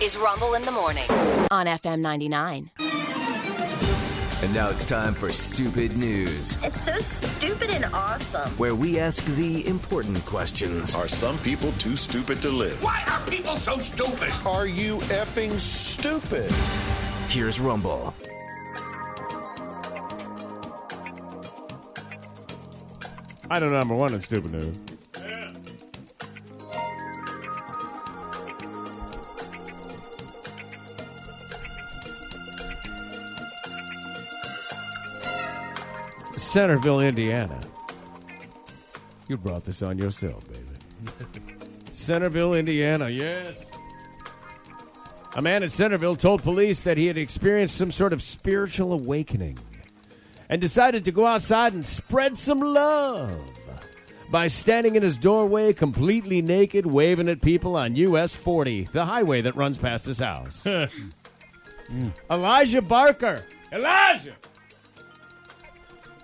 is Rumble in the Morning on FM 99. And now it's time for Stupid News, It's so stupid and awesome. where we ask the important questions. Are some people too stupid to live? Why are people so stupid? Are you effing stupid? Here's Rumble. Item number one in stupid news. Centerville, Indiana. You brought this on yourself, baby. Centerville, Indiana, yes. A man in Centerville told police that he had experienced some sort of spiritual awakening and decided to go outside and spread some love by standing in his doorway completely naked, waving at people on US 40, the highway that runs past his house. Hmm. Elijah Barker. Elijah!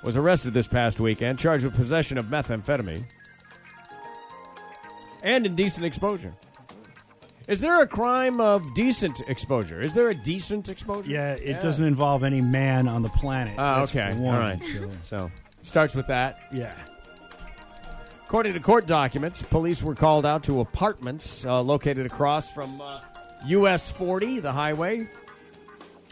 Was arrested this past weekend, charged with possession of methamphetamine and indecent exposure. Is there a crime of decent exposure? Is there a decent exposure? Yeah, it doesn't involve any man on the planet. Ah, Oh, That's okay. for All one, right. so, So starts with that. yeah. According to court documents, police were called out to apartments uh, located across from uh, US 40, the highway,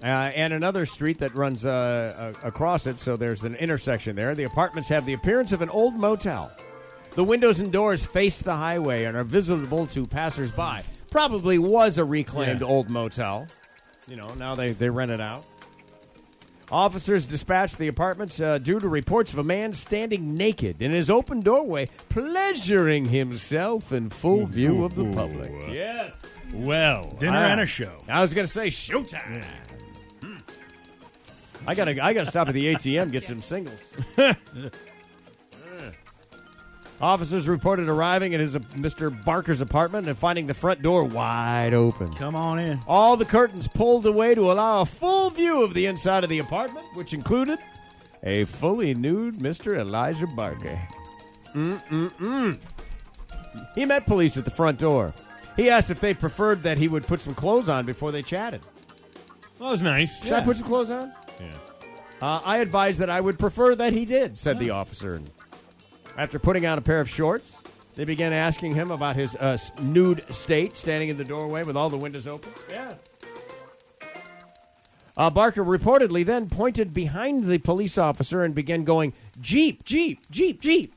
uh, and another street that runs uh, uh, across it. So there's an intersection there. The apartments have the appearance of an old motel. The windows and doors face the highway and are visible to passersby. Probably was a reclaimed Yeah. old motel. You know, now they, they rent it out. Officers dispatched the apartments uh, due to reports of a man standing naked in his open doorway, pleasuring himself in full view of the public. Yes. Well, Dinner Ah. and a show. I was going to say showtime. Hmm. I gotta, I gotta stop at the ATM get some singles. Officers reported arriving at his Mr. Barker's apartment and finding the front door wide open. Come on in. All the curtains pulled away to allow a full view of the inside of the apartment, which included a fully nude Mr. Elijah Barker. Mm-mm-mm. He met police at the front door. He asked if they preferred that he would put some clothes on before they chatted. that was nice. Should I put some clothes on? Yeah. Uh, I advise that I would prefer that he did, said the officer. And after putting on a pair of shorts, they began asking him about his uh, s- nude state, standing in the doorway with all the windows open. Yeah. Uh, Barker reportedly then pointed behind the police officer and began going, Jeep, Jeep, Jeep, Jeep,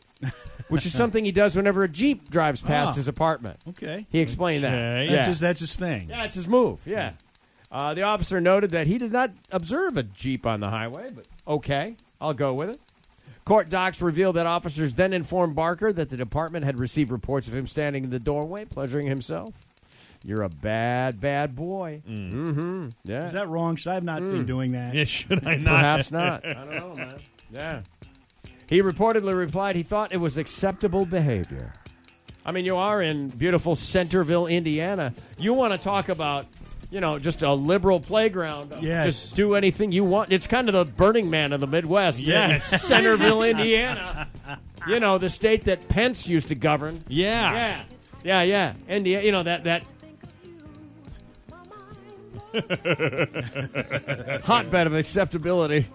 which is something he does whenever a Jeep drives past Ah. his apartment. Okay. He explained that. Okay. That's, his, that's his thing. Yeah, it's his move. Yeah. Uh, the officer noted that he did not observe a Jeep on the highway, but okay, I'll go with it. Court docs reveal that officers then informed Barker that the department had received reports of him standing in the doorway, pleasuring himself. You're a bad, bad boy. Mm. hmm Yeah. Is that wrong? Should I have not been doing that? Hmm. Yeah, should I not? Perhaps not. I don't know, man. Yeah. He reportedly replied he thought it was acceptable behavior. I mean, you are in beautiful Centerville, Indiana. You want to talk about, you know, just a liberal playground. Uh, Yes. Just do anything you want. It's kind of the Burning Man of the Midwest. eh? Yes. Centerville, Indiana. You know, the state that Pence used to govern. Yeah. Yeah. Yeah, yeah. India, you know, that, that hotbed of acceptability.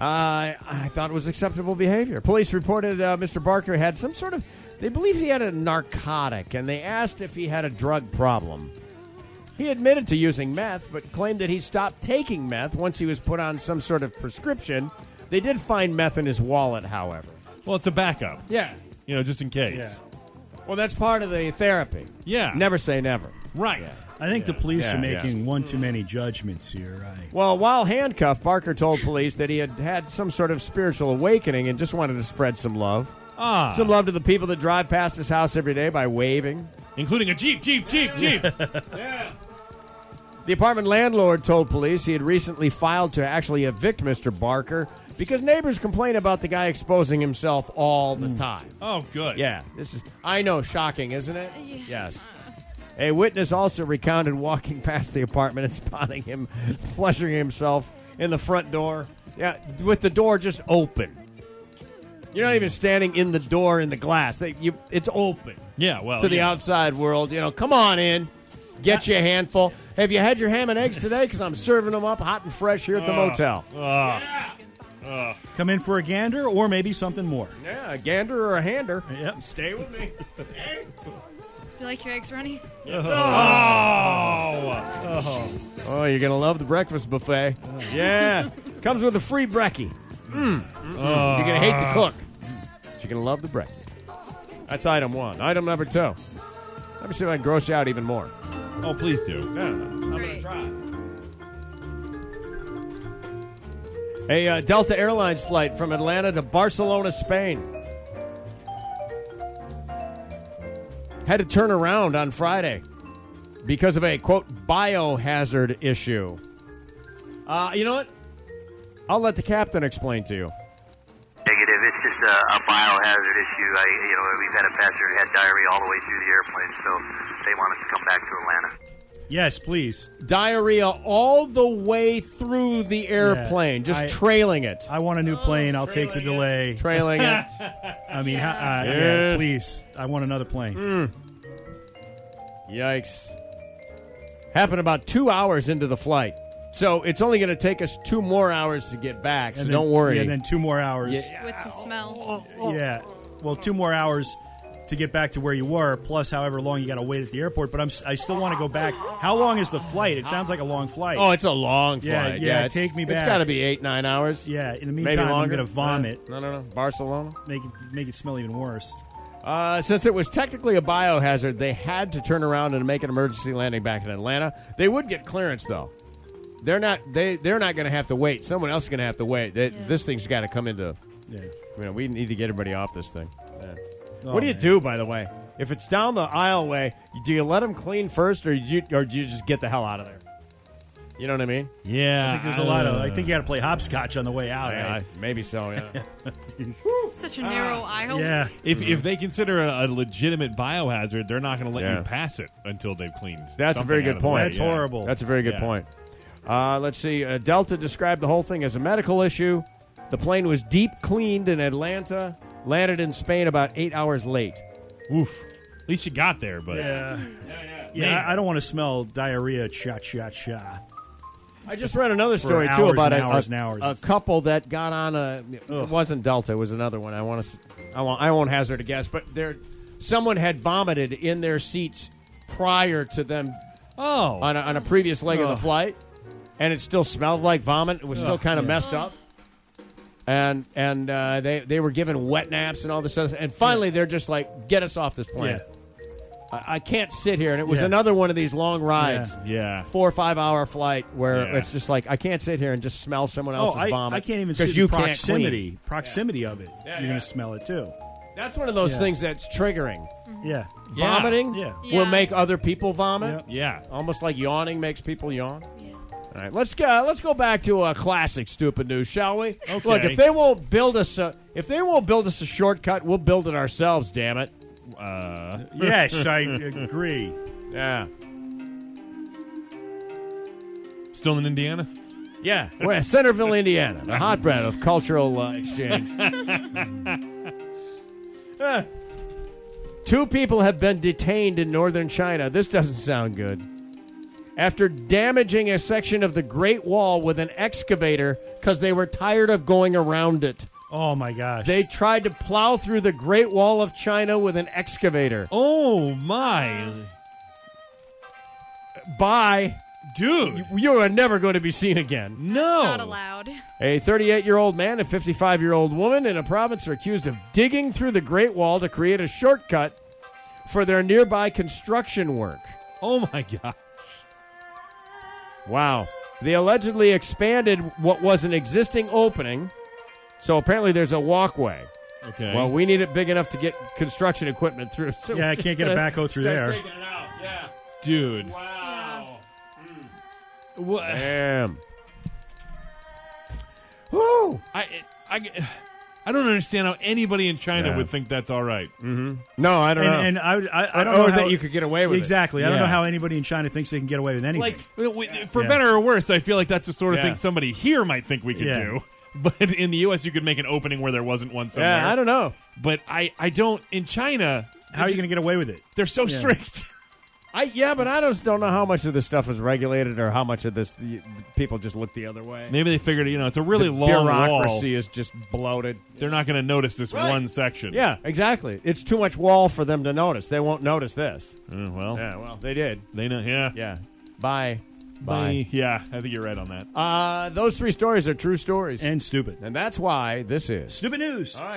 Uh, I thought it was acceptable behavior. Police reported uh, Mr. Barker had some sort of, they believe he had a narcotic, and they asked if he had a drug problem. He admitted to using meth, but claimed that he stopped taking meth once he was put on some sort of prescription. They did find meth in his wallet, however. Well, it's a backup. Yeah. You know, just in case. Yeah. Well, that's part of the therapy. Yeah. Never say never. Right. I think the police Yeah, are yeah. making one too many judgments here. Right. Well, while handcuffed, Barker told police that he had had some sort of spiritual awakening and just wanted to spread some love. Ah. Some love to the people that drive past his house every day by waving. Including a Jeep, Jeep, Jeep, Jeep. The apartment landlord told police he had recently filed to actually evict Mr. Barker because neighbors complain about the guy exposing himself all the time. oh, good. Yeah, this is I know shocking, isn't it? Yes. A witness also recounted walking past the apartment and spotting him flushing himself in the front door. Yeah, with the door just open. You're not even standing in the door in the glass. They, you, it's open Oh, Yeah, well. to the yeah. outside world. You know, come on in. Get you a handful. Have you had your ham and eggs today? Because I'm serving them up hot and fresh here at the motel. Come in for a gander or maybe something more. Yeah, a gander or a hander. Yep. Stay with me. Do you like your eggs runny? Oh, you're gonna love the breakfast buffet. Yeah, comes with a free brekkie. Mm. You're gonna hate the cook. But you're gonna love the brekkie. That's item one. Item number two. Let me see if I can gross you out even more. Oh, please do. Great. A uh, Delta Airlines flight from Atlanta to Barcelona, Spain. Had to turn around on Friday because of a, quote, biohazard issue. Uh, you know what? I'll let the captain explain to you. Negative. It's just a, a biohazard issue. I, you know, we've had a passenger who had diarrhea all the way through the airplane, so they want us to come back to Atlanta. Yes, please. Diarrhea all the way through the airplane, just I- trailing it. I want a Oh, new plane. I'll take the delay. Trailing it. I mean, ha- uh, yeah. Mm. Yeah. please. I want another plane. Yikes. Happened about two hours into the flight. So it's only going to take us two more hours to get back, so then- don't worry. Yeah, then two more hours. Yeah. With the smell. Yeah. Well, two more hours to get back to where you were, plus however long you got to wait at the airport. But I'm s- I still want to go back. How long is the flight? It sounds like a long flight. oh, it's a long flight. Yeah, yeah, it's- take me It's back. got to be eight, nine hours. yeah. In the Maybe meantime, I'm longer. going to vomit, No, no, no. Barcelona. make it make it smell even worse. Uh, since it was technically a biohazard, they had to turn around and make an emergency landing back in Atlanta. They would get clearance though. They're not. They they're not going to have to wait. Someone else is going to have to wait. They, This thing's got to come into. Yeah. You know, we need to get everybody off this thing. Yeah. Oh, what do you man. do, by the way, if it's down the aisleway? Do you let them clean first, or you or do you just get the hell out of there? You know what I mean? Yeah. I think there's a lot of. I think you got to play hopscotch on the way out. eh? Yeah, maybe so. Yeah. Such a narrow aisle. Yeah. If, if they consider a, a legitimate biohazard, they're not going to let Yeah. you pass it until they've cleaned. That's a something very out of good the point. way, That's yeah. horrible. That's a very good Yeah. point. Uh, let's see. Uh, Delta described the whole thing as a medical issue. The plane was deep cleaned in Atlanta, landed in Spain about eight hours late. Oof. At least you got there, but Yeah. Yeah. I I don't want to smell diarrhea. Cha cha cha. I just read another story hours too about and a, hours a, and hours. a couple that got on a. It wasn't Delta. It was another one. I want to. I won't. I won't hazard a guess, but there, someone had vomited in their seats prior to them oh, on a, on a previous leg of the flight, and it still smelled like vomit. It was still kind of messed up, and and uh, they they were given wet naps and all this other. And finally, they're just like, "Get us off this plane! I, I can't sit here." And it was Yeah. another one of these long rides, yeah. four or five hour flight where Yeah. it's just like, "I can't sit here and just smell someone Oh, else's I, vomit." I can't even see because the you can't proximity. clean. Proximity of it. Yeah, You're yeah. going to smell it too. That's one of those Yeah. things that's triggering. Yeah. Yeah. Vomiting Yeah. will Yeah. make other people vomit. Yeah. Yeah. Almost like yawning makes people yawn. All right, let's go. uh, Let's go back to a classic stupid news, shall we? Okay. Look, if they won't build us a if they won't build us a shortcut, we'll build it ourselves. Damn it! Uh, yes, I agree. Yeah, still in Indiana? yeah. We're Centerville, Indiana, the hotbed of cultural uh, exchange. Eh. Two people have been detained in northern China. This doesn't sound good. After damaging a section of the Great Wall with an excavator because they were tired of going around it. Oh my gosh. They tried to plow through the Great Wall of China with an excavator. Oh my, Bye. dude! You are never going to be seen again. No, Not allowed. A 38 year old man and 55 year old woman in a province are accused of digging through the Great Wall to create a shortcut for their nearby construction work. Oh my god! Wow. They allegedly expanded what was an existing opening, so apparently there's a walkway. Okay. Well, we need it big enough to get construction equipment through. So Yeah, I can't get a backhoe through there. dude. Hmm. Wow. What? Damn. Woo! I, I, I don't understand how anybody in China Yeah. would think that's all right. No, I don't know. And, and I, I, I don't Or know that how- you could get away with it. exactly. I don't Yeah. know how anybody in China thinks they can get away with anything. Like, w- for Yeah. better or worse, I feel like that's the sort of Yeah. thing somebody here might think we could Yeah. do. But in the U.S., you could make an opening where there wasn't one somewhere. yeah, I don't know. But I, I don't. In China, how are you going to get away with it? they're so strict. I yeah, but I just don't know how much of this stuff is regulated or how much of this the, people just look the other way. Maybe they figured, you know, it's a really The long wall. bureaucracy is just bloated. They're not going to notice this Right. one section. Yeah, exactly. It's too much wall for them to notice. They won't notice this. Uh, well, Yeah, well, they did. they know. Yeah. Yeah. Bye. Bye. Yeah, I think you're right on that. Uh, those three stories are true stories. and stupid. and that's why this is. Stupid news. All right.